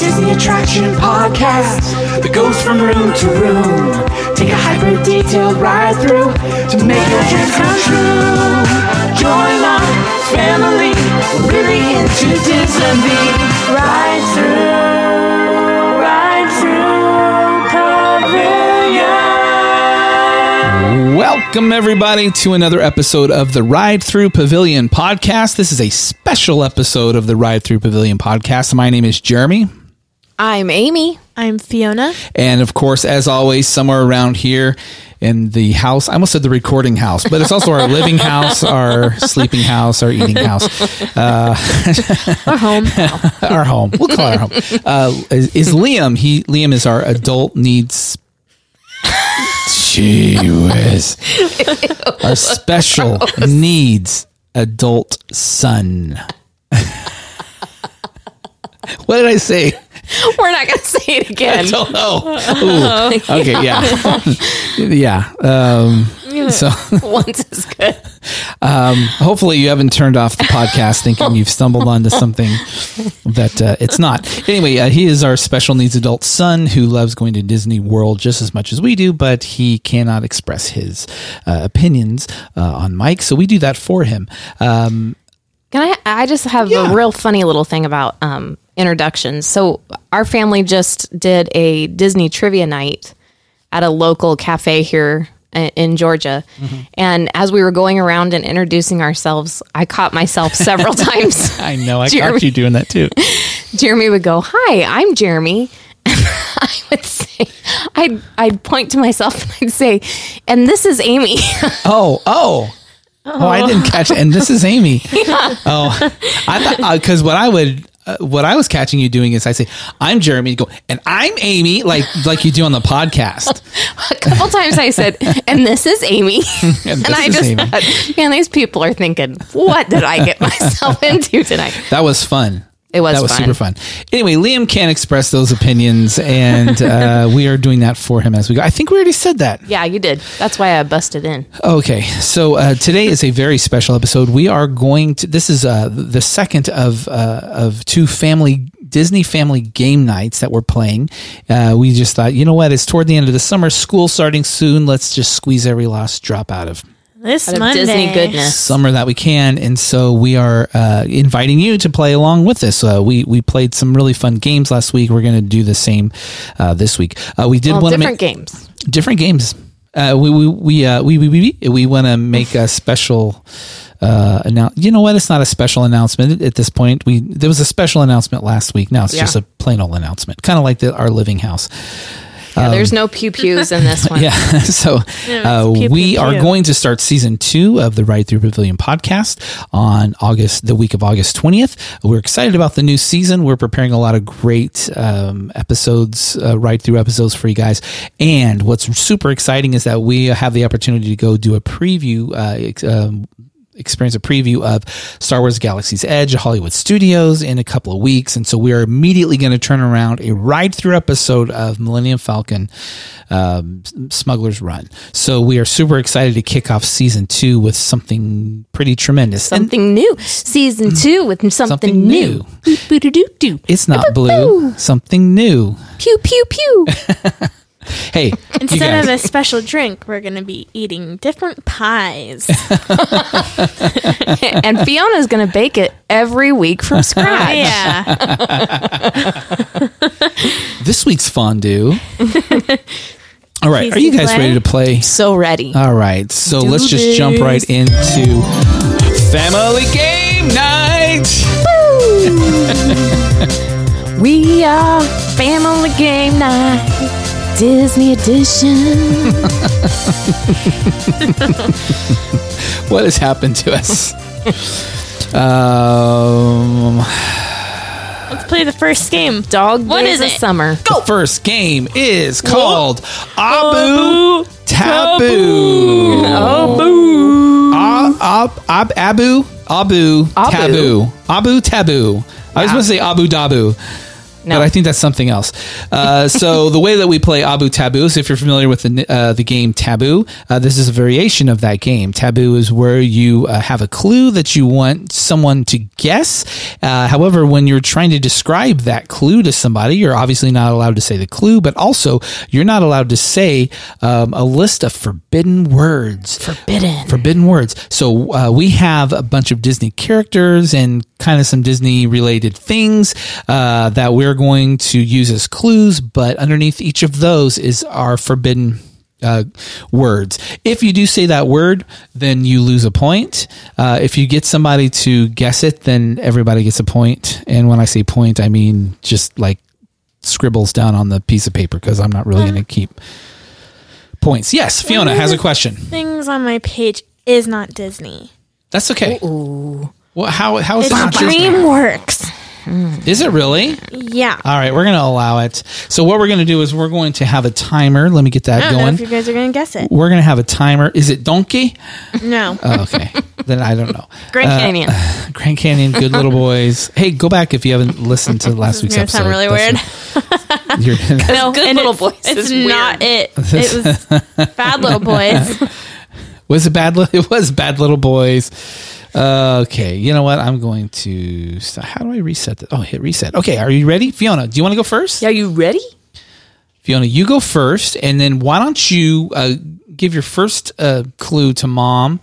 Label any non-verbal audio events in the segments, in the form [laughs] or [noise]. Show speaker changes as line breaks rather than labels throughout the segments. Attraction podcast that goes from room to room. Take a hyper detailed ride through to make your dreams come true. Join our family. We're really into Disney. Ride through, ride through Pavilion.
Welcome, everybody, to another episode of the Ride Through Pavilion podcast. This is a special episode of the Ride Through Pavilion podcast. My name is Jeremy.
I'm Amy.
I'm Fiona.
And of course, as always, somewhere around here in the house, I almost said the recording house, but it's also our living house, our sleeping house, our eating house,
[laughs]
Our home.
our home. We'll call it our home. Uh, is, is Liam. He Liam is our adult needs. Gee whiz. our special needs adult son. what did I say?
[laughs] We're not going to say it again.
I don't know. Ooh. Okay, yeah. yeah. uh, Um, so
[laughs] Once is good.
Um, hopefully you haven't turned off the podcast thinking you've stumbled onto something that uh, it's not. Anyway, uh, he is our special needs adult son who loves going to Disney World just as much as we do, but he cannot express his uh, opinions uh, on Mike, so we do that for him. Um,
Can I? I just have
Yeah.
a real funny little thing about um, introductions. So our family just did a Disney trivia night at a local cafe here i- in Georgia, and as we were going around and introducing ourselves, I caught myself [laughs] several times.
I know I
Jeremy.
caught you doing that too.
Jeremy would go, "Hi, I'm Jeremy." [laughs] And I would say, I'd I'd point to myself and I'd say, "And this is Amy." [laughs]
Oh, oh. Oh, I didn't catch it. And this is Amy. Oh, I thought because what I would, uh, what I was catching you doing is I say, "I'm Jeremy," you go, and I'm Amy, like like you do on the podcast.
a couple times I said, and this
[laughs]
is Amy.
And
And,
this
I
is
just
Amy.
thought, man, these people are thinking, what did I
[laughs]
get myself into tonight?
That was fun.
It was
that was
fun.
super fun. Anyway, Liam can't express those opinions, and
[laughs]
uh, we are doing that for him as we go. I think we already said that.
Yeah, you did. That's why I busted in.
Okay, so uh, today is a very special episode. We are going to. This is uh, the second of uh, of two family Disney family game nights that we're playing. Uh, we just thought, you know what? It's toward the end of the summer, school starting soon. Let's just squeeze every last drop out of
This
Out of
Monday.
Disney goodness.
summer that we can. And so we are uh, inviting you to play along with us. Uh, we we played some really fun games last week. We're going to do the same uh, this week. Uh, we did
Well,
want to
different
make
games.
different games. Uh, we we we uh, we we we, we want to make a special uh annou- you know what it's not a special announcement at this point we there was a special announcement last week now it's
Yeah.
just a plain old announcement kind of like the, our living house
Yeah, there's no pew pews
[laughs]
in this one.
Um, yeah so uh,
pew,
we
pew,
are
pew.
going to start season two of the ride through pavilion podcast on august the week of august 20th we're excited about the new season we're preparing a lot of great um, episodes uh, ride through episodes for you guys and what's super exciting is that we have the opportunity to go do a preview uh, ex- um, experience a preview of Star Wars Galaxy's Edge, Hollywood Studios, in a couple of weeks. And so we are immediately going to turn around a ride through episode of Millennium Falcon um, Smuggler's Run. So we are super excited to kick off season two with something pretty tremendous. and Mm.
Something new. Season two with something,
Something new.
new. Boop-boop-doo-doo.
it's not blue, something new.
Pew pew
[laughs]
pew.
Hey, you
Instead
guys,
of a special drink, we're going to be eating
[laughs]
different pies.
and Fiona's going to bake it every
[laughs]
week from scratch.
yeah.
this week's fondue. All right,
Cheese
are you guys
souffle?
ready to play?
So ready.
All right, so let's just jump right into family game night.
We are family game night, Disney edition.
what has happened to us? um,
Let's play the first game. Dog.
What is it? Summer.
The first game is called Abu Taboo. Ab- Ab- Ab- Abu Abu
Abu.
Taboo. Abu Taboo. I was going to say Abu Dabu.
No.
But I think that's something else. Uh, so the way that we play Abu Taboo is if you're familiar with the uh, the game Taboo, uh, this is a variation of that game. Taboo is where you uh, have a clue that you want someone to guess. Uh, however, when you're trying to describe that clue to somebody, you're obviously not allowed to say the clue, but also you're not allowed to say um, a list of forbidden words.
Forbidden.
Forbidden words. So uh, we have a bunch of Disney characters and kind of some Disney related things uh, that we're going to use as clues, but underneath each of those is our forbidden. Uh, words. If you do say that word, then you lose a point. Uh, if you get somebody to guess it, then everybody gets a point. And when I say point, I mean just like scribbles down on the piece of paper because I'm not really going to keep points. Yes, Fiona has a question.
Things on my page is not Disney.
That's okay. Well, how how is
It's
it not Disney?
DreamWorks.
Is it really?
Yeah.
All right, we're gonna allow it. So what we're gonna do is we're going to have a timer. Let me get
I
that
don't know
going.
if you guys are gonna guess it.
We're gonna have a timer. Is it donkey?
No.
Uh,
Okay, [laughs] then I don't know.
Grand
uh,
Canyon. [laughs]
Grand Canyon, Good
[laughs]
Little Boys. Hey, go back if you haven't listened to last week's
gonna
episode.
sound
[laughs]
really
weird.
no,
Good
and
Little
it's,
Boys
It's
is
not it.
[laughs]
It was Bad Little Boys.
was it bad? Li- [laughs] It was bad little boys. Uh, okay, you know what? I'm going to. st- How do I reset this? Oh, hit reset. Okay, are you ready, Fiona? Do you want to go first?
Are you ready?
Fiona, you go first, and then why don't you uh, give your first uh, clue to mom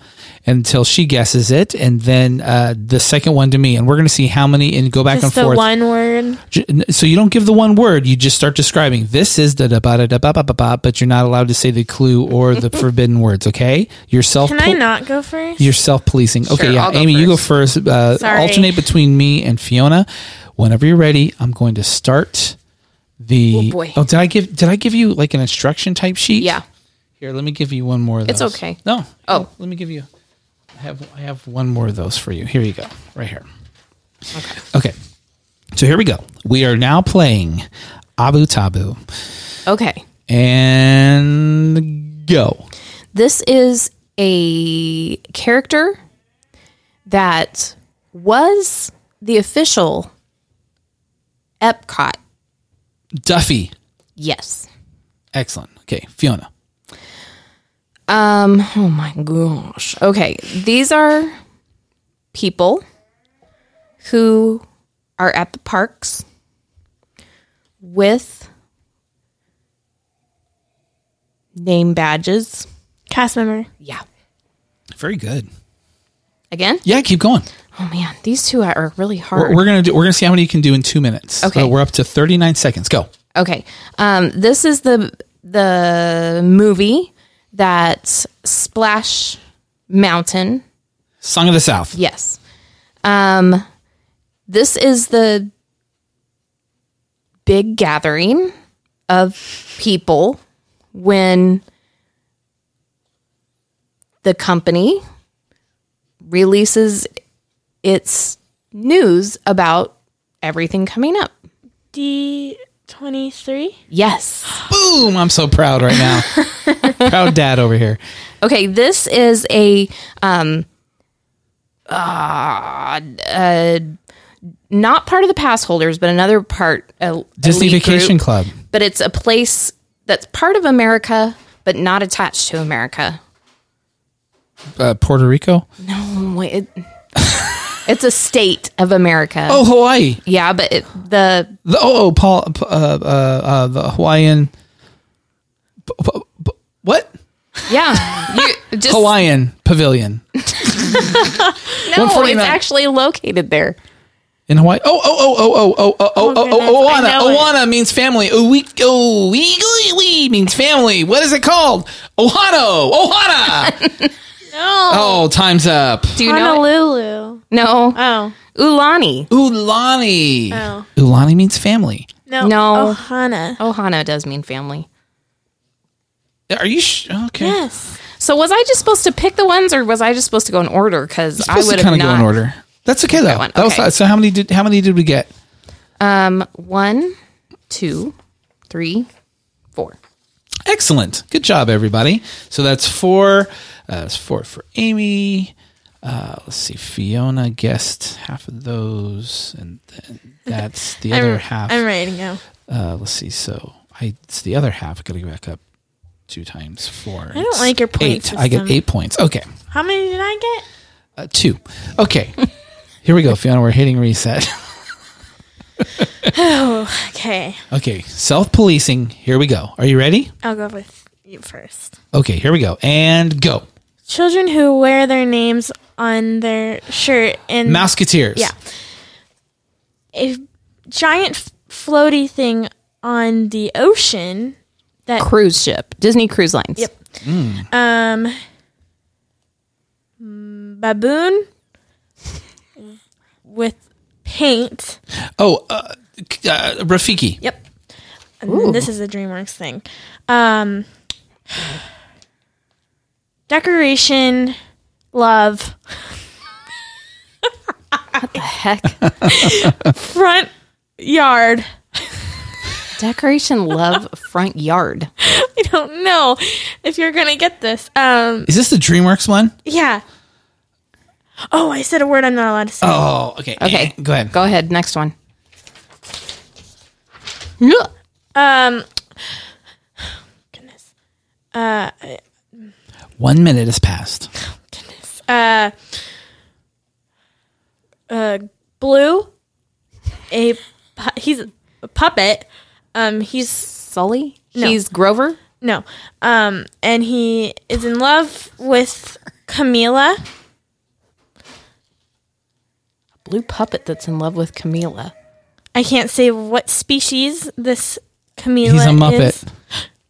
until she guesses it, and then uh, the second one to me, and we're going to see how many and go back
Just
and
the
forth.
one word.
J- n- So you don't give the one word; you just start describing. This is da da ba da da ba ba ba ba, but you're not allowed to say the clue or the [laughs] forbidden words. Okay, yourself.
Can I not go first?
You're self policing. Okay,
Sure,
yeah.
I'll go
Amy, you go first. Uh,
Sorry.
alternate between me and Fiona. Whenever you're ready, I'm going to start the.
Oh, boy.
did I give did I give you like an instruction type sheet?
Yeah.
Here, let me give you one more of those.
It's okay.
No.
Oh.
let me give you. I have I have one more of those for you. Here you go. Right here. Okay. Okay. So here we go. We are now playing Abu Tabu
Okay.
and go.
This is a character that was the official Epcot.
Duffy.
Yes.
Excellent. Okay, Fiona.
Um, oh my gosh. Okay. These are people who are at the parks with name badges.
Cast member.
Yeah.
Very good.
Again?
Yeah, keep going.
Oh man, these two are really hard.
We're, we're gonna do. We're gonna see how many you can do in two minutes.
Okay.
Uh, we're up to thirty nine seconds. Go.
Okay. Um, this is the the movie that Splash Mountain.
Song of the South.
Yes. Um, this is the big gathering of people when the company releases its news about everything coming up.
D twenty three.
Yes.
Boom! I'm so proud right
[laughs]
now. proud dad over here.
Okay, this is a um uh, uh not part of the pass holders, but another part a,
Disney
elite
Vacation
group.
Club.
But it's a place that's part of America but not attached to America.
Uh, Puerto Rico.
Oh, wait, it, [laughs] it's a state of America.
Oh, Hawaii.
Yeah, but it, the
The, oh, oh, Paul. Uh, uh, uh, the Hawaiian. p- p- p- What?
yeah,
[laughs]
you just
Hawaiian Pavilion
no, it's
149.
actually located there.
in Hawaii. Oh, oh, oh, oh, oh, oh, oh, oh,
goodness,
oh,
I
Oana.
know it.
Oana means family. Oh, we, oh, we, we- we means family. What is it called? Ohano. Ohana.
[laughs] No.
oh, time's up.
Do you know? it?
Honolulu.
No,
Oh.
Ulani.
Ulani.
Oh.
Ulani means family.
No.
No.
Ohana.
Ohana Oh, does mean family.
Are you sh- okay?
Yes.
So was I just supposed to pick the ones, or was I just supposed to go in order? Because I would
kind
have
of go in
not.
order. That's okay though.
one,
That was
okay.
not- so. How many did how many did we get?
Um, one, two, three, four.
Excellent. Good job, everybody. So that's four. Uh, that's four for Amy. Uh, let's see. Fiona guessed half of those, and then that's
[laughs]
the
I'm,
other half.
I'm ready to go.
Uh, let's see. So I it's the other half. I gotta go back up two times four. I
don't like your point
Eight. I get
system.
eight points. Okay,
How many did I get?
uh, two.
[laughs]
Okay, here we go, Fiona. We're hitting reset. [laughs]
Okay,
okay, self policing. Here we go. Are you ready?
I'll go with you first.
Okay, here we go. And go.
Children who wear their names on their shirt and
Mouseketeers.
Mm, Yeah. a giant f- floaty thing on the ocean that
Cruise ship, Disney Cruise Lines.
Yep. um mm, baboon with paint.
Oh, uh, k- uh, Rafiki.
Yep. And then this is a DreamWorks thing. Um [sighs] decoration love
Heck,
[laughs] front yard.
decoration,
[laughs]
love, front yard.
I don't know if you're going to get this. Um
Is this the DreamWorks one?
Yeah. Oh, I said a word I'm not allowed to say.
Oh, okay.
Okay.
Eh, go ahead.
Go ahead. Next one.
Um, goodness.
One minute has passed.
Uh, uh, Blue, a pu- he's a puppet. Um, he's
Sully.
No.
He's Grover.
no. Um, and he is in love with Camila.
Blue puppet that's in love with Camila.
I can't say what species this Camila
He's a Muppet,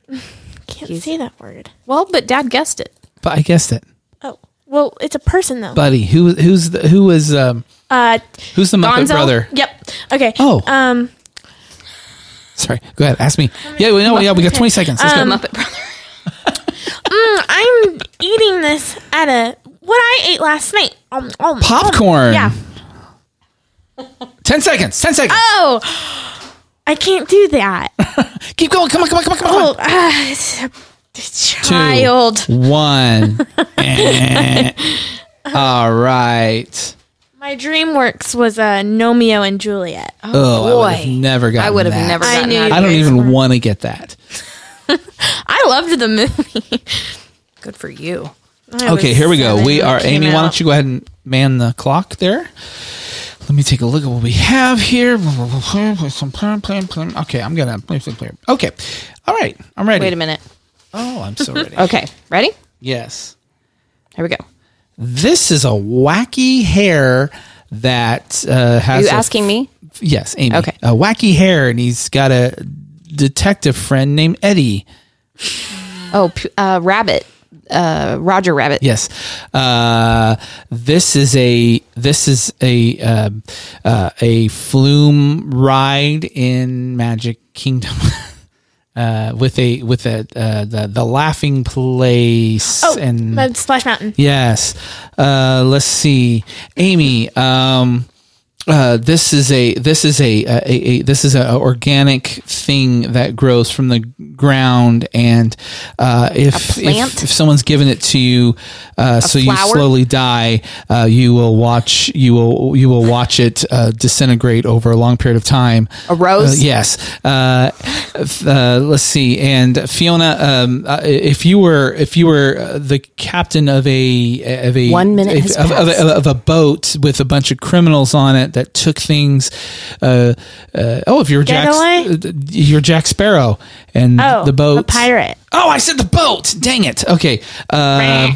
is. [laughs] Can't say that word.
Well, but Dad guessed it.
but I guessed it.
Oh, well, it's a person though.
Buddy, who who's the, who was um,
uh,
who's the Muppet
Gonzo?
brother?
yep. Okay.
Oh.
um,
Sorry, go ahead. Ask me. Yeah, we know. Yeah, we got twenty seconds. Let's go.
Muppet brother.
mm, I'm eating this at a what I ate last night. Um, um,
Popcorn.
um, yeah.
Ten seconds. Ten seconds.
Uh,
Oh, I can't
[laughs]
do that.
Keep going. Come on. Come on. Come on. Come
Oh,
on.
uh, it's a
Two,
child.
One.
[laughs]
Eh. All right.
My DreamWorks was uh, Nomeo and Juliet.
Oh, I would have
boy.
never gotten.
I would have
that.
never
I
gotten
knew
that.
I don't even want to get that.
I loved the movie.
[laughs] Good for you.
I
Okay,
was
here we go.
seven
We
when
are
it came
Amy. Why
out.
don't you go ahead and man the clock there? Let me take a look at what we have here. Okay, I'm gonna. Okay, all right. I'm ready.
Wait a minute.
Oh, I'm so ready.
[laughs] Okay. Ready?
Yes.
Here we go.
This is a wacky hair that uh,
Are
has.
you
a-
asking me?
Yes, Amy.
Okay.
A wacky hair, and he's got a detective friend named Eddie.
Oh, p- uh, Rabbit. Uh, Roger Rabbit.
Yes. Uh, this is a this is a uh, uh, a flume ride in Magic Kingdom. [laughs] Uh, with a with a uh, the the laughing place
Oh,
and
but Splash Mountain.
Yes. Uh, let's see, Amy. Um, uh, this is a this is a, a, a, a this is a organic thing that grows from the ground, and uh, if,
plant?
if if someone's given it to you, uh, so you
flower?
slowly die, uh, you will watch you will you will watch it uh, disintegrate over a long period of time.
A rose?
Uh, yes. Uh, f- uh, let's see. And Fiona, um, uh, if you were if you were uh, the captain of a of a
One minute has
if- of, of, of, of a boat with a bunch of criminals on it that took things. Uh, uh, oh, if you're Jack,
Getaway?
uh, you're Jack Sparrow, and
Oh,
the boat,
the pirate.
Oh, I said the boat. Dang it. Okay. Uh,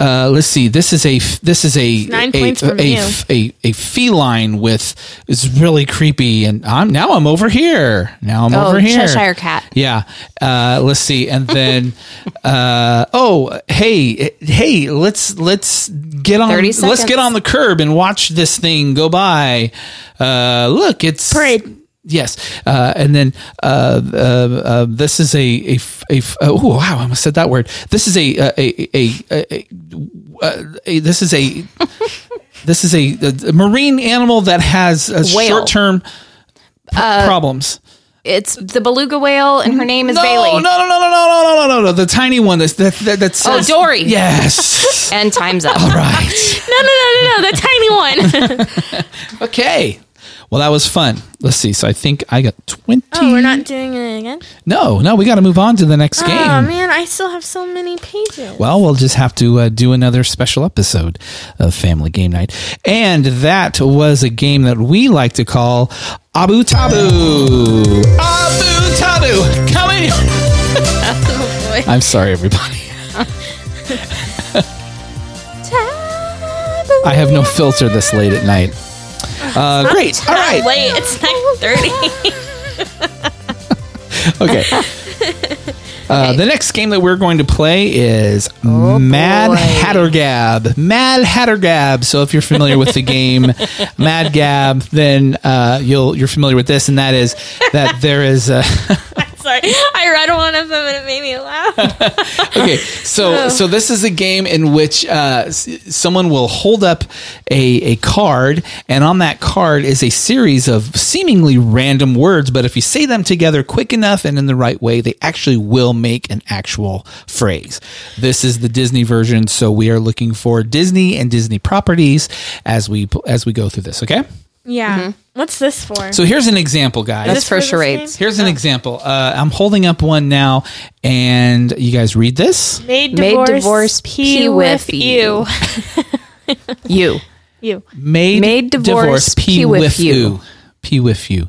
uh, let's see. This is a f- this is a
nine
a,
points
a,
from
a
you.
f- a- a feline with is really creepy, and I'm now I'm over here. Now I'm
Oh,
over here.
Cheshire Cat.
Yeah. Uh, let's see, and
[laughs]
then uh, oh hey hey let's let's get on
30
let's get
seconds.
on the curb and watch this thing go by. Uh, look, it's
Parade.
Yes, uh, and then uh, uh, uh, this is a a, f- a f- oh wow I almost said that word. This is a a a, a, a, a, uh, a this is a [laughs] this is a, a marine animal that has
Whale. Uh,
short term problems.
It's the beluga whale, and her name is
No,
Bailey.
no, no, no, no, no, no, no, no, no. The tiny one that's that, that, that
Oh,
says,
Dory. [laughs]
Yes.
And time's
[laughs]
up.
right.
No, no, no, no, no. The tiny
[laughs]
one.
Okay. Well, that was fun. Let's see. So I think I got 20.
oh, we're not doing it again.
No, no, we got to move on to the next game.
Oh man, I still have so many pages.
Well, we'll just have to uh, do another special episode of Family Game Night. And that was a game that we like to call Abu Tabu. Abu Tabu, coming.
[laughs] Oh,
I'm sorry, everybody. I have no filter this late at night. Uh, great. All right.
Wait, it's nine
[laughs]
thirty. [laughs]
okay. Uh, the next game that we're going to play is Mad Hatter Gab. Mad Hatter Gab. So if you're familiar with the game Mad Gab, then uh, you'll you're familiar with this, and that is that there is a
Sorry, I read one of them and it made me
[laughs]
laugh.
okay. So so this is a game in which uh, s- someone will hold up a a card, and on that card is a series of seemingly random words. But if you say them together quick enough and in the right way, they actually will make an actual phrase. This is the Disney version, so we are looking for Disney and Disney properties as we as we go through this. Okay.
Yeah. What's this for?
Mm-hmm. So here's an example, guys.
That's for
this
charades.
Here's an example. Uh, I'm holding up one now, and you guys read this.
Made
Made
divorce,
divorce
pee
pee
with,
with
you.
You.
You.
Made,
Made divorce,
P
pee with you.
P with you.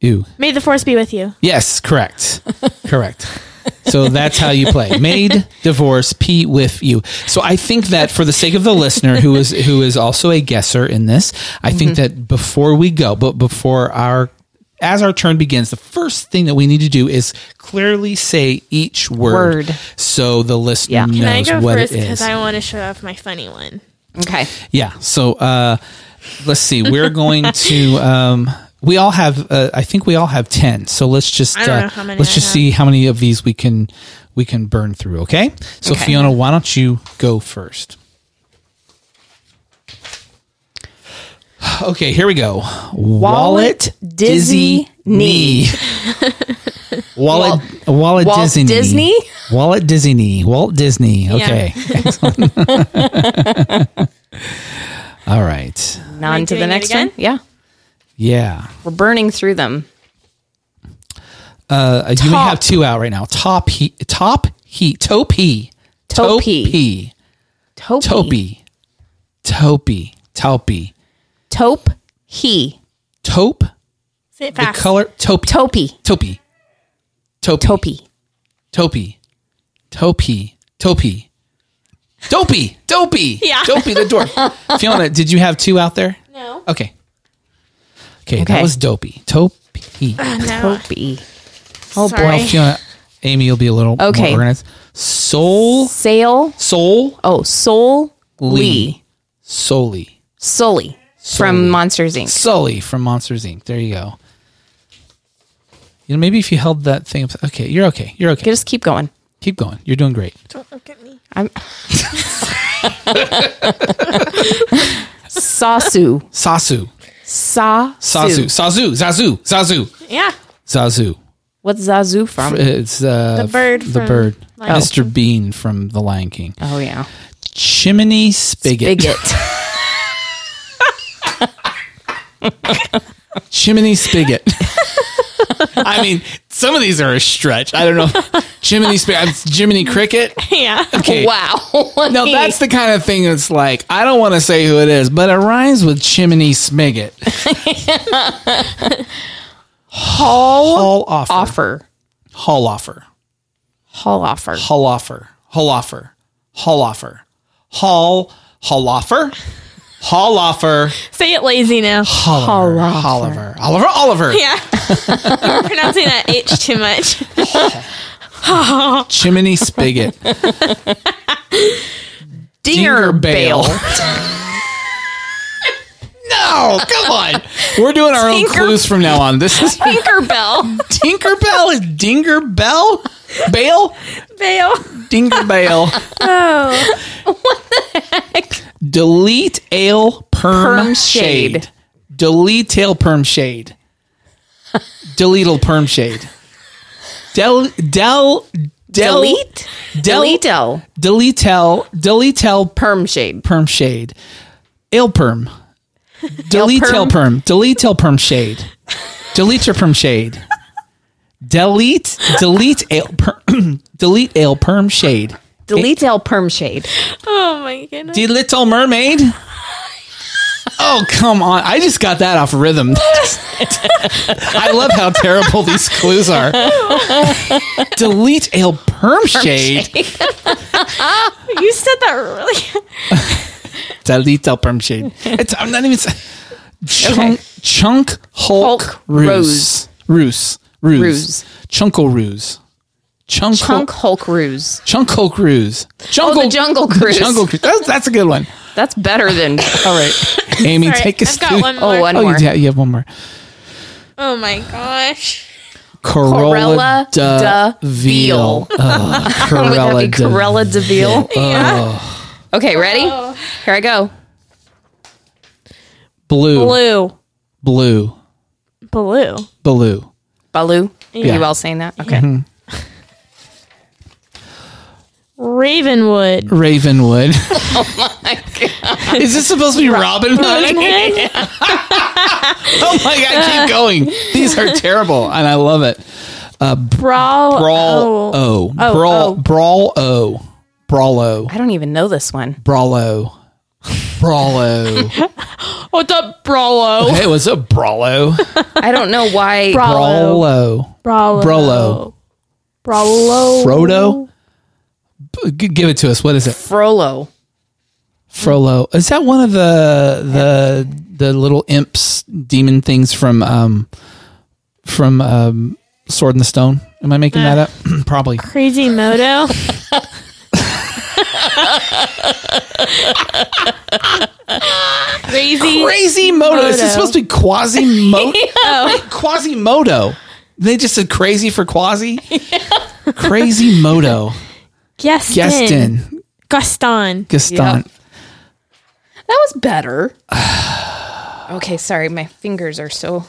Ew.
Made the force be with you.
Yes,
[laughs]
correct. correct. So that's how you play. Made divorce P with you. So I think that for the sake of the listener who is who is also a guesser in this, I think
Mm-hmm.
that before we go, but before our as our turn begins, the first thing that we need to do is clearly say each word,
Word.
so the listener
Yeah. Can
knows
Can I go
what
first
it is.
because I want to show off my funny one?
Okay.
Yeah. So uh, let's see.
[laughs]
We're going to. Um, we all have. Uh, I think we all have ten. So let's just
I don't
uh,
know how many
let's
I
just
have.
see how many of these we can we can burn through. Okay. So
Okay.
Fiona, why don't you go first? Okay, here we go. Wallet,
Disney,
knee. wallet, wallet,
Walt
Disney,
Disney?
wallet, Disney, Walt Disney. Okay, [laughs] all right.
And on to
doing
the
it
next
again?
one. Yeah.
Yeah.
We're burning through them.
Uh, you may have two out right now. Top he top he topi.
Topi. Tope.
Topi. Topi. Topi.
Tope. He.
Taupe.
Say it
The
fast.
color topi.
Topi.
Topi. Topi.
Topi.
Topi. Topi. Topi. Dopey. Dopey.
Yeah.
Dopey the
[laughs]
dwarf. Fiona, did you have two out there?
No.
Okay. Okay, that
Okay.
was dopey.
[sighs]
Topi.
No.
Topi. Oh
Sorry.
boy.
Fiona, Amy, you'll be a little
Okay.
more organized. Soul.
Sail.
Soul.
Oh, Sol. Lee.
Sully.
Sully.
Sully.
From Monsters Inc.
Sully from Monsters Inc. There you go. You know, maybe if you held that thing up. Okay, you're okay. You're okay.
Just keep going.
Keep going. You're doing great.
Don't look at me.
I'm. [laughs]
[laughs]
Sasu.
Sasu.
Sa.
Sasu. Sazu. Zazu. Zazu.
Yeah. [laughs]
Zazu.
What's Zazu from?
It's uh,
The bird
The
from
bird.
Lion
Mr. Bean from The Lion King.
Oh yeah.
Chimney spigot.
Bigot.
Chimney spigot. I mean, some of these are a stretch. I don't know. Chimney spigot. Jiminy cricket.
Yeah.
Okay.
wow.
No, that's the kind of thing that's like, I don't want to say who it is, but it rhymes with chimney smigot.
Hall
Hall offer.
offer.
Hall offer.
Hall offer.
Hall offer. Hall offer. Hall offer. Hall. Hall offer. Hall offer.
Say it
[sighs]
lazy now.
Hall Oliver. Oliver. Oliver.
Yeah. I'm pronouncing that H
[laughs]
too much.
Chimney spigot.
Dinger
Bale.
bale.
No, come on. We're doing our own
Tinker-
clues from now on. This is [laughs]
Tinkerbell.
Tinkerbell is Dinger Bell? Bale?
Bale.
Dinger Bale.
Oh.
Delete ale perm,
Perm
shade.
shade.
Delete tail perm shade. Deletel Perm Shade. Del Del Del
Delete?
Del
Deletel.
Deletel Deletel
Perm shade.
Perm Shade. Ill [laughs] Perm. Deletel Perm. Deletel Perm Shade. Delete your Perm Shade. Delete delete ale perm [clears throat] delete ale perm shade.
Deletel perm shade.
Oh my goodness.
The Little Mermaid. Oh come on! I just got that off rhythm. [laughs] I love how terrible these clues [laughs] are. Delete ale perm shade.
You said that really.
Delete ale perm shade. It's, I'm not even. sa- Chunk chunk Hulk,
Hulk
ruse ruse ruse
Ruse.
chunkle ruse chunk chunk
Punk Hulk ruse.
chunk Hulk ruse jungle
Jungle Cruise.
jungle cruise. That's, that's a good one.
That's better than.
All right, Amy,
All right,
take us
I've got
through-
one more.
Oh,
Oh,
one
Oh,
more.
you, yeah, you have one more.
my gosh.
Corolla,
Corella
de,
de
Ville.
Ville.
Ugh,
Would that
Corella
be
de
Corella [laughs] Deville?
Yeah.
Okay, ready?
Oh.
Here I go.
Blue. Blue.
Blue.
Blue.
Blue.
Blue.
Baloo.
Yeah.
You all saying that? Okay.
Ravenwood.
Ravenwood. oh my god. [laughs] Is this supposed to be Robin Hood? [laughs]
Ravenwood.
Oh [laughs] my god, keep going. These
[laughs]
are terrible and I love it.
Brawl.
Brawl
Oh.
O.
Oh,
Brawl
oh.
Brawl O. Brawl O.
I don't even know this one.
Brawl O. Brawl
[laughs]
O.
What's up, Brawlo?
Hey, what's up, Brawlo?
I don't know why.
Brawlo.
Brawlo.
Brawlo.
Brawlo.
Brawlo.
Frodo? B- g- give it to us. What is it?
Frollo.
Frollo. Is that one of the the the little imps demon things from um from um Sword in the Stone? Am I making that up? [clears throat] Probably. [laughs]
Crazy Moto. Crazy.
Crazy Moto. Is it
Moto. [laughs]
supposed to be Quasimodo?
Oh,
Quasimodo. They just said crazy for quasi. Crazy
[laughs]
Moto.
Gaston.
Gaston.
Gaston.
Gaston.
That was better. [sighs] okay, sorry. My fingers are so.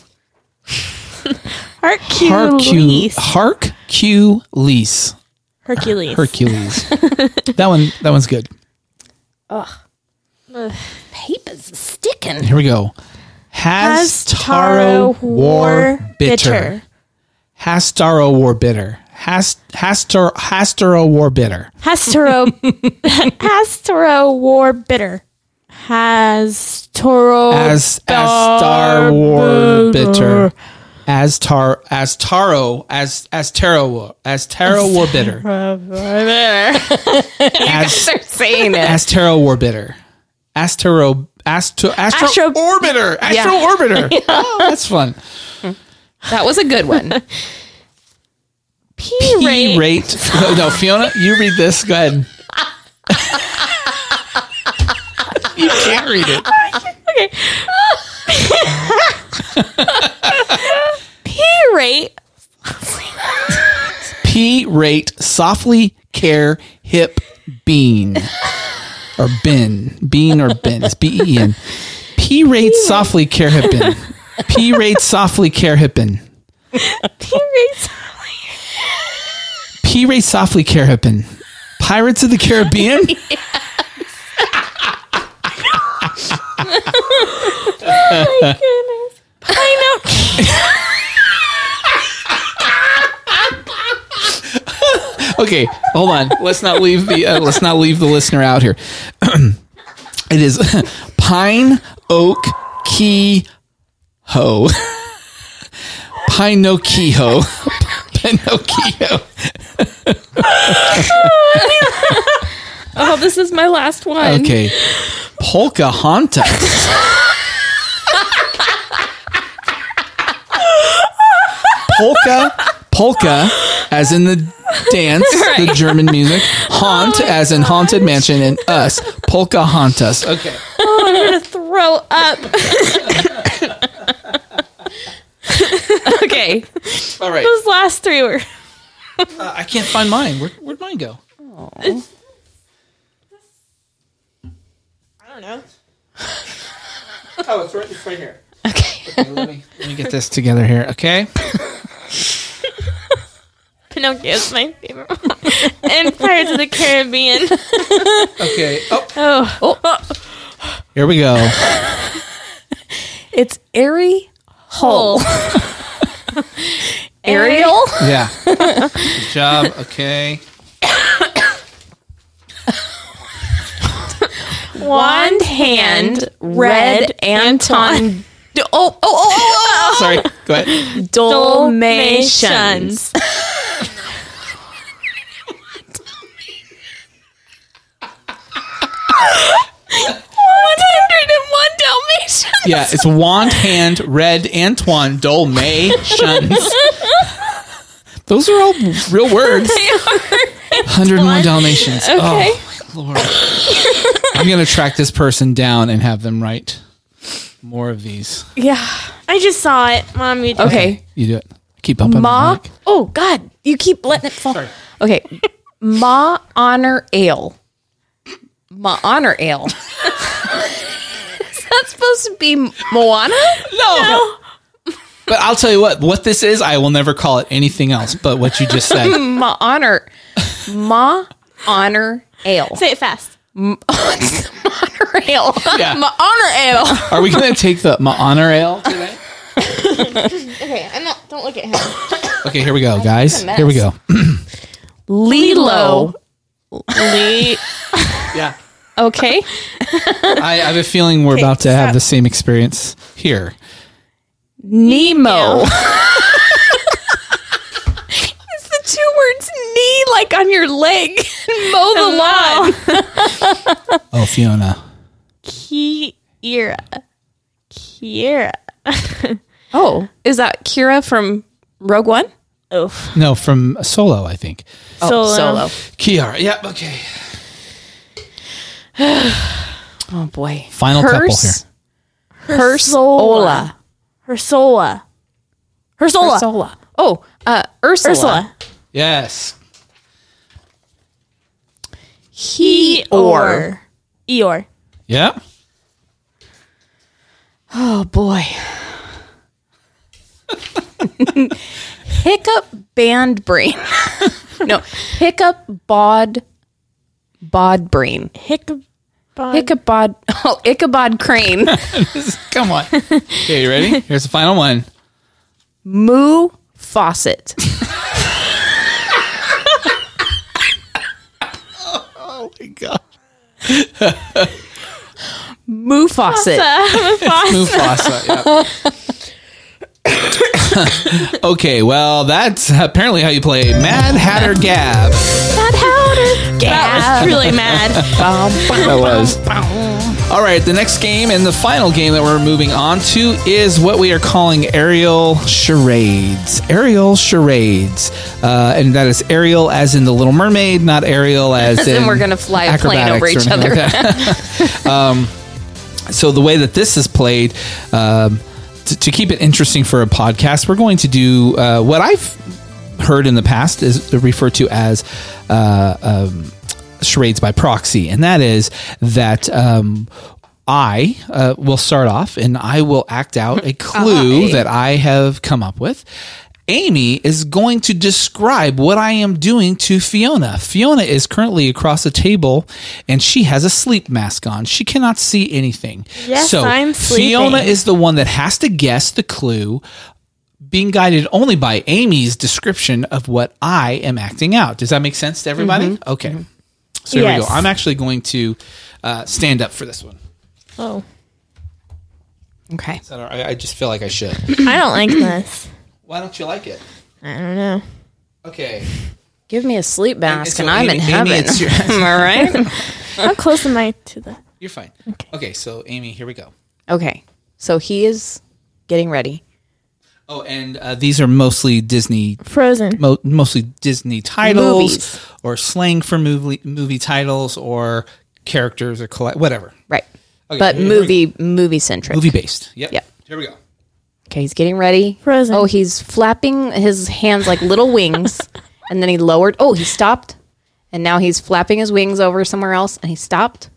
Hercules.
Hercules.
Hercules.
Hercules. [laughs]
Hercules. that one. That one's good.
Papers sticking.
Here we go. Has,
Has
Taro
Taro
war
war
bitter?
bitter?
Has Taro war bitter? Has has Tar- has Taro war bitter? [laughs]
Hastoro. Hastoro war bitter. Hastoro.
As as Star war bitter. As tar as Taro as as Taro war as Taro war bitter. [laughs] As
They're saying
[laughs]
it.
as Taro war bitter. Astero Astro Astro
Astro-
Orbiter Astro [laughs] Orbiter. Oh, that's fun.
[laughs] That was a good one.
P rate. [laughs] No, no, Fiona, you read this. Go [laughs] ahead. you can't read it.
rate.
P rate softly care hip bean or bin bean or bin. It's B E N. P rate softly care hip bin. P rate softly care hip bin.
P rate.
P rate softly care hip bin. Pirates of the Caribbean.
Pineapple.
[laughs] okay, hold on. Let's not leave the uh, let's not leave the listener out here. [clears throat] it is [laughs] pine oak key [laughs] ho. Pinocchio. [laughs] Pinocchio.
Oh, this is my last one.
Okay. Pocahontas. Polka, polka, as in the dance, the German music. Haunt, as in haunted mansion, and us. Polka haunt us. Okay.
Throw up.
Okay.
All right.
Those last three were.
Uh, I can't find mine. Where, where'd mine go?
I don't know.
Oh, it's right, it's right here.
Okay.
Let me, let me get this together here. Okay.
Pinocchio is my favorite [laughs] one. and Pirates of the Caribbean.
Okay. Oh,
Oh,
here we go.
It's airy
hole.
Ariel.
Yeah. Good job. Okay.
Wand hand, red Anton
Oh, oh, oh, oh,
Sorry. Go ahead.
oh.
Dalmatians.
Yeah, it's wand, hand, red, Antoine, Dole, May, Shuns. Those are all real words. 101 Dalmatians. Oh, my Lord. I'm going to track this person down and have them write more of these.
Yeah.
I just saw it, mom. You did.
Okay.
You do it. Keep up on
Ma.
the mic.
Oh God, you keep letting it fall. Okay. Ma honor ale. Ma honor ale. [laughs] Is that supposed to be Moana?
No. But I'll tell you what, what this is, I will never call it anything else but what you just said.
[laughs] Ma honor. Ma honor ale.
Say it fast.
Ma [laughs] honor ale.
Yeah.
Ma honor ale.
Are we going to take the my honor ale today?
[laughs] Okay, I'm not. Don't look at him.
Okay, here we go, guys. Here we go.
Lilo.
[laughs] Yeah.
Okay.
I, I have a feeling we're about to have the same experience here.
[laughs] [laughs] Nemo. it's the two words knee like on your leg [laughs] and mow the lawn.
Oh, Fiona.
Kiera. Kiera.
Oh, is that Kira from Rogue One?
Oh,
No, from Solo, I think.
Solo.
Kiara. Yep. Okay.
Oh boy.
Final couple here.
Hearse. Hersola.
Hersola. Hersola.
Hersola. Oh, uh, Ursula.
Hersola.
Yes.
He
or.
Eeyore.
Yeah.
Oh boy. Hiccup band brain. [laughs] no, hiccup bod bod brain.
Hiccup.
Ichabod. [laughs] Oh, Ichabod Crane.
[laughs] Come on. Okay, you ready? Here's the final one.
Moo Fawcett.
Oh my god.
Moo Fawcett.
Mufasa. [laughs] Yep. [coughs] okay, well, that's apparently how you play Mad Hatter Gab.
That was really mad.
That was. All right, the next game and the final game that we're moving on to is what we are calling aerial charades. Aerial charades, uh, and that is aerial as in the Little Mermaid, not
[laughs]
aerial as, in
in we're gonna fly a plane
acrobatics
over
or
each
anything
other.
like
[laughs]
that. [laughs] um, so the way that this is played. Um, t- to keep it interesting for a podcast, we're going to do uh, what I've heard in the past is referred to as uh, um, charades by proxy, and that is that um, I uh, will start off and I will act out
[laughs]
a clue that I have come up with. Amy is going to describe what I am doing to Fiona. Fiona is currently across the table and she has a sleep mask on. She cannot see anything.
Yes,
so
I'm
Fiona
sleeping.
is the one that has to guess the clue being guided only by Amy's description of what I am acting out. Does that make sense to everybody? Okay. So here we
Yes.
go. I'm actually going to uh, stand up for this one.
Oh,
Okay.
Is that all right? I just feel like I should.
I don't like [laughs] this.
Why don't you like it?
I don't know.
Okay.
Give me a sleep mask
so
and I'm
Amy-
in
Amy,
heaven. [laughs]
it's your- [laughs]
Am I right?
How close am I to the?
You're fine. Okay. so Amy, here we go.
Okay. So he is getting ready.
Oh, and uh, these are mostly Disney
Frozen.
mo- mostly Disney titles
Movies.
or slang for movie movie titles or characters or colla- whatever.
Right.
Okay,
but
here we go.
movie movie centric.
Movie based. Yep.
Yep.
Here we go.
Okay, he's getting ready.
Frozen.
Oh, he's flapping his hands like
[laughs]
little wings and then he lowered. Oh, he stopped. And now he's flapping his wings over somewhere else and he stopped.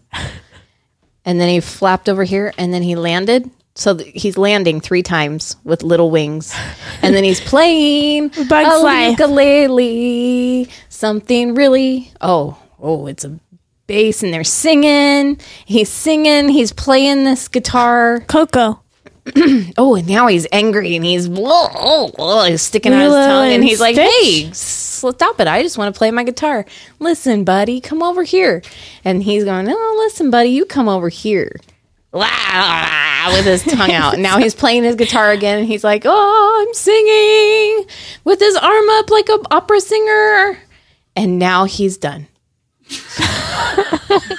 And then he flapped over here and then he landed So th- he's landing three times with little wings, and then he's playing
[laughs] Bug's
a
Life.
ukulele, something really. Oh, oh, it's a bass, and they're singing. He's singing. He's playing this guitar.
Coco.
Oh, and now he's angry, and he's whoa, oh, oh, he's sticking out his
Lilo
tongue, and
and
he's like,
Stitch.
"Hey, s- stop it! I just want to play my guitar. Listen, buddy, come over here." And he's going, "Oh, listen, buddy, you come over here." with his tongue out. Now he's playing his guitar again, and he's like, "Oh, I'm singing," with his arm up like a opera singer. And now he's done.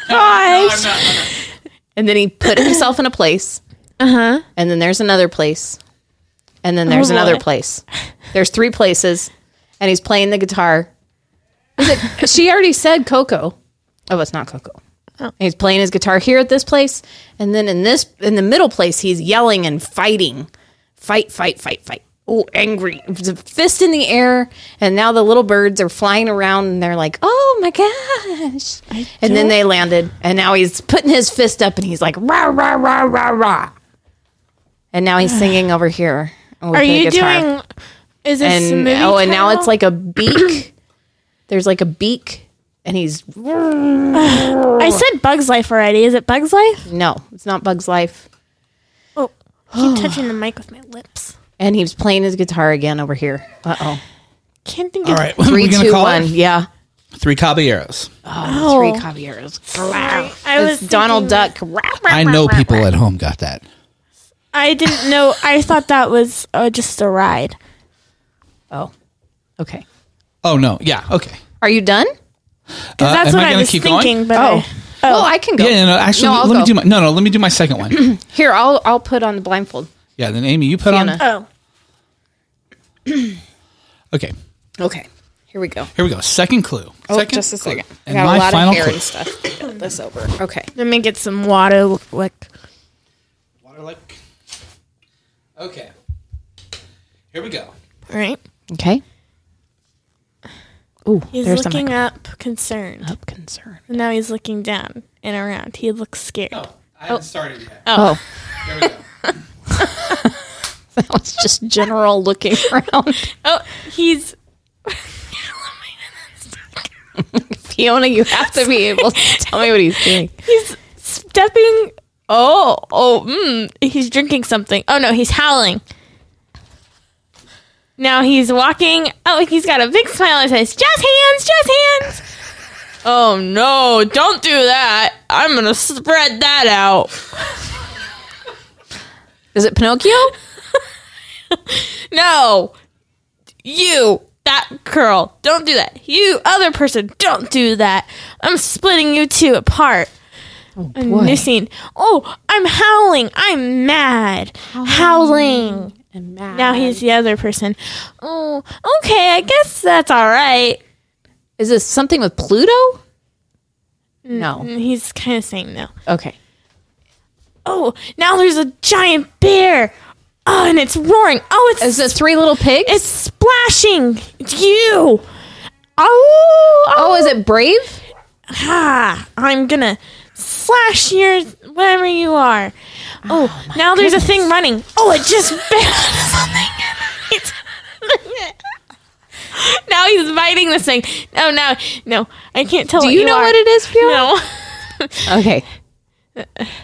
Gosh.
And then he put himself in a place. Uh huh. And then there's another place. And then there's
Oh, boy.
another place. There's three places. And he's playing the guitar. Is it- she already said Coco. Oh, it's not Coco. He's playing his guitar here at this place. And then in this, in the middle place, he's yelling and fighting. Fight, fight, fight, fight. Oh, angry. It's a fist in the air. And now the little birds are flying around and they're like, oh my gosh. And then they landed. And now he's putting his fist up and he's like, rah, rah, rah, rah, rah. And now
[sighs]
he's singing over here.
Are you doing? Is this
And
movie?
oh, and now
title?
it's like a beak. There's like a beak. And he's
I said Bugs Life already. Is it Bugs Life?
no, it's not Bug's Life.
Oh, I keep touching the mic with my lips.
And he was playing his guitar again over here. Uh
[clears throat]
oh.
Can't think
All
of
right, [laughs]
Three,
we're gonna
two,
call
one.
it
Yeah.
three caballeros.
Oh.
Three caballeros.
I was
It's Donald
thinking-
Duck.
I know people at home got that.
I didn't know. I thought that was uh, just a ride.
Oh. Okay.
Oh no, yeah, okay.
Are you done?
Uh,
That's
am
what
I
I,
gonna
was
keep going?
thinking. But I-
Oh, I can go.
Yeah, no, no, actually,
No, I'll
let me
go.
do my no, no. Let me do my second [clears throat] one.
Here, I'll I'll put on the blindfold.
yeah, then Amy, you put
Fiona.
on.
oh,
Okay,
Okay. Here we go.
here we go. Second clue.
Oh,
Second
just a
clue.
second. I
And
got
my
a lot
final
of hair
clue.
and stuff. to get This over. Okay.
let me get some water. Quick.
Water like. Okay. Here we go.
All right.
Okay. Ooh,
He's
there's
looking
something
up, concerned.
up concern.
And now he's looking down and around. He looks scared.
I haven't started yet.
Oh.
There we go.
[laughs] that was Oh, just general looking [laughs] around.
Oh, he's
Fiona, you have to be able to tell me what he's doing.
he's stepping. Oh, oh, mm, he's drinking something. Oh no, he's howling. Now he's walking. Oh, he's got a big smile on his face. Just hands, just hands. Oh no, don't do that. I'm gonna spread that out.
Is it Pinocchio?
No, you, that girl, don't do that. You, other person, don't do that. I'm splitting you two apart. I'm missing. Oh, I'm howling. I'm mad. Howling.
And Matt.
Now he's the other person. Oh, okay. I guess that's all right.
Is this something with Pluto? No.
And he's kind of saying no.
Okay.
Oh, now there's a giant bear. Oh, and it's roaring. Oh, it's
Is it Three Little Pigs?
it's splashing. It's you. Oh, oh,
oh, is it Brave?
ah, I'm gonna slash your whatever you are. Oh, now there's a thing running. Oh,
[laughs]
it just bit something. now he's biting this thing. Oh, now no, I can't tell.
Do you, know
are.
what it is, Fiona?
No,
Okay. [laughs]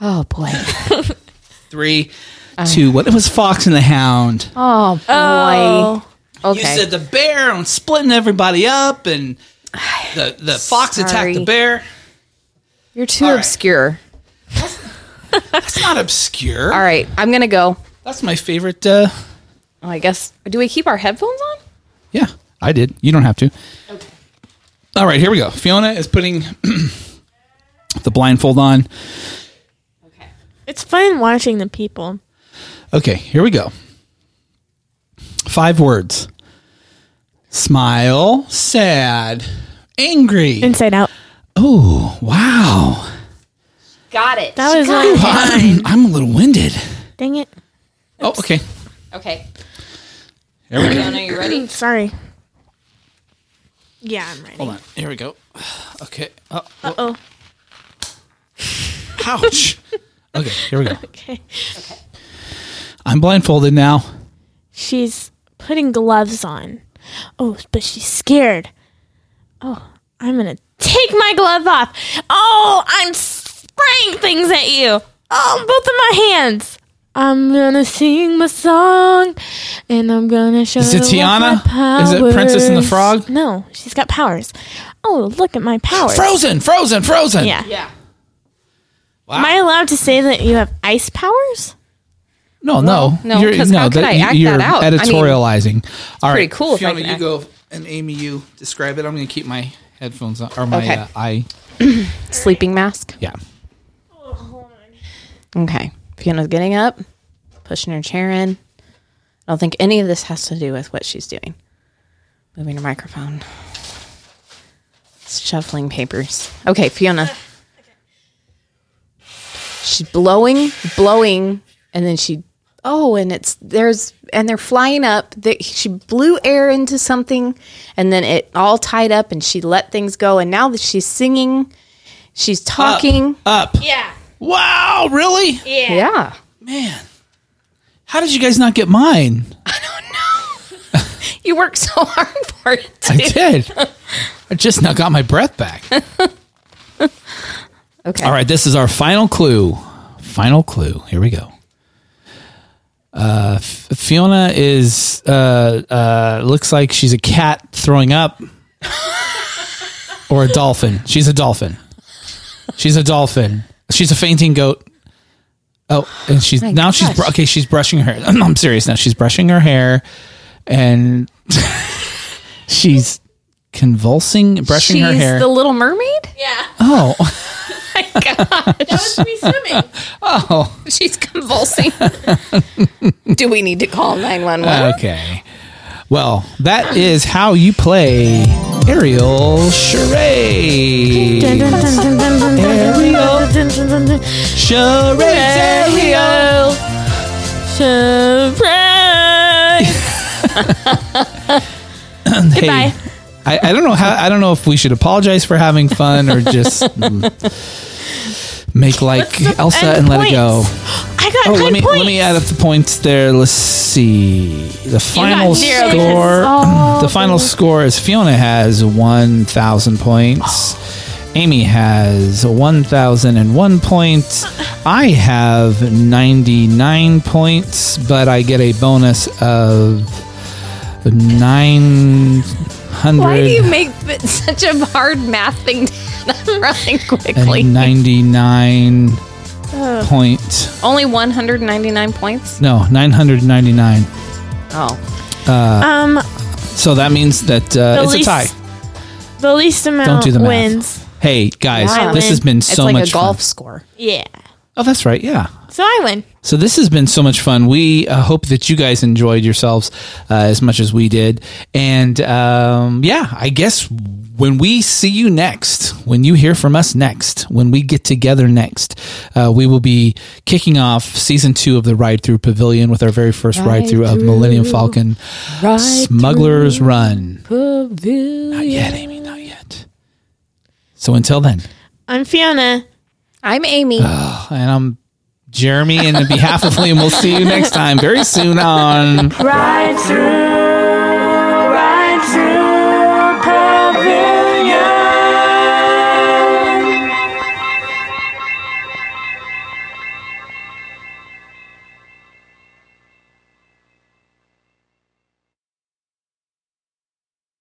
Oh [laughs] boy. [laughs]
Three,
Uh.
two, one. It was Fox and the Hound.
Oh boy.
Oh.
okay.
You said the bear and splitting everybody up,
[sighs]
and the the fox attacked the
Sorry.
bear.
You're too
All right.
obscure.
That's not obscure.
All right, I'm gonna go.
That's my favorite. Uh,
Oh, I guess. Do we keep our headphones on?
yeah, I did. You don't have to. All right, here we go. Fiona is putting [clears throat] the blindfold on.
it's fun watching the people.
Okay, here we go. Five words: smile, sad, angry.
Inside out.
oh, wow.
Got it.
That was like,
Fine. I'm a little winded.
dang it.
Oh, okay.
Okay.
Here we go.
Fiona, you ready?
Sorry. Yeah, I'm ready.
Hold on. Here [sighs] Uh, we go. Okay. Oh,
Uh oh.
[laughs]
ouch. Okay, here we go.
Okay.
I'm blindfolded now.
She's putting gloves on. Oh, but she's scared. Oh, I'm gonna take my glove off. Oh, I'm spraying things at you. Oh, both of my hands. I'm gonna sing my song, and I'm gonna show.
Is it
you all my
Tiana? Is it Princess and the
powers.
Frog?
No, she's got powers. Oh, look at my powers.
Frozen, frozen, frozen.
Yeah. Yeah. Am I allowed to say that you have ice powers?
No, no,
no, 'cause how could I act that
you're
out? I mean,
editorializing. All right,
pretty cool if I
Fiona,
can
you
act-
go, and Amy, you describe it. I'm going to keep my headphones on or my
Okay.
uh, eye.
Sleeping mask.
Yeah.
Okay. Fiona's getting up, pushing her chair in. I don't think any of this has to do with what she's doing. Moving her microphone, shuffling papers. Okay, Fiona. She's blowing, blowing, and then she. Oh, and it's there's and they're flying up. That she blew air into something, and then it all tied up, and she let things go. And now that she's singing, she's talking.
Up.
Yeah.
Wow, Oh, really?
[laughs]
yeah.
Man. How did you guys not get mine?
You worked so [laughs] hard for
[laughs]
it.
I did. I just now got my breath back.
Okay.
All right, this is our final clue. Final clue. Here we go. Uh, F- Fiona is uh, uh, looks like she's a cat throwing up, or a dolphin. She's a dolphin. She's a dolphin. She's a fainting goat. Oh, and she's now she's br- okay. She's brushing her. [laughs] I'm serious now. She's brushing her hair, and [laughs] she's convulsing, brushing her
She's
hair.
the Little Mermaid.
Yeah.
oh,
That was me swimming.
She's
[laughs]
convulsing. Do we need to call nine one
Uh,
one?
Okay. Well, that is how you play Ariel Charade. Charade.
Ariel. Surprise. Goodbye.
I, I don't know how. I don't know if we should apologize for having fun or just mm, make like Elsa and,
And
let it go.
points. I got
Oh,
nine
let me
points.
let me add up the points there. Let's see. The final
zero because
score. [clears throat]
all
The final score is Fiona has one thousand points. Amy has one thousand and one points. I have ninety nine points, but I get a bonus of nine
Why do you
hundred
make it such a hard math thing to [laughs] running quickly?
and ninety nine point.
Only one hundred ninety nine points.
No, nine hundred ninety nine.
Oh,
Um,
So that means that uh,
The
it's a
least-
tie.
the least
Don't
amount
do the math.
wins.
Hey guys,
Wow.
this has been so
it's like
much
a golf
fun.
score.
Yeah.
Oh, that's right. Yeah.
So I win.
So this has been so much fun. We uh, hope that you guys enjoyed yourselves uh, as much as we did. And um, yeah, I guess when we see you next, when you hear from us next, when we get together next, uh, we will be kicking off season two of the Ride Through Pavilion with our very first ride through of Millennium Falcon Smuggler's Run. Not yet, Amy. Not yet. So until then.
I'm Fiona.
I'm
Uh,
Amy.
and I'm Jeremy, and on behalf of William, we'll see you next time very soon on.
Ride through.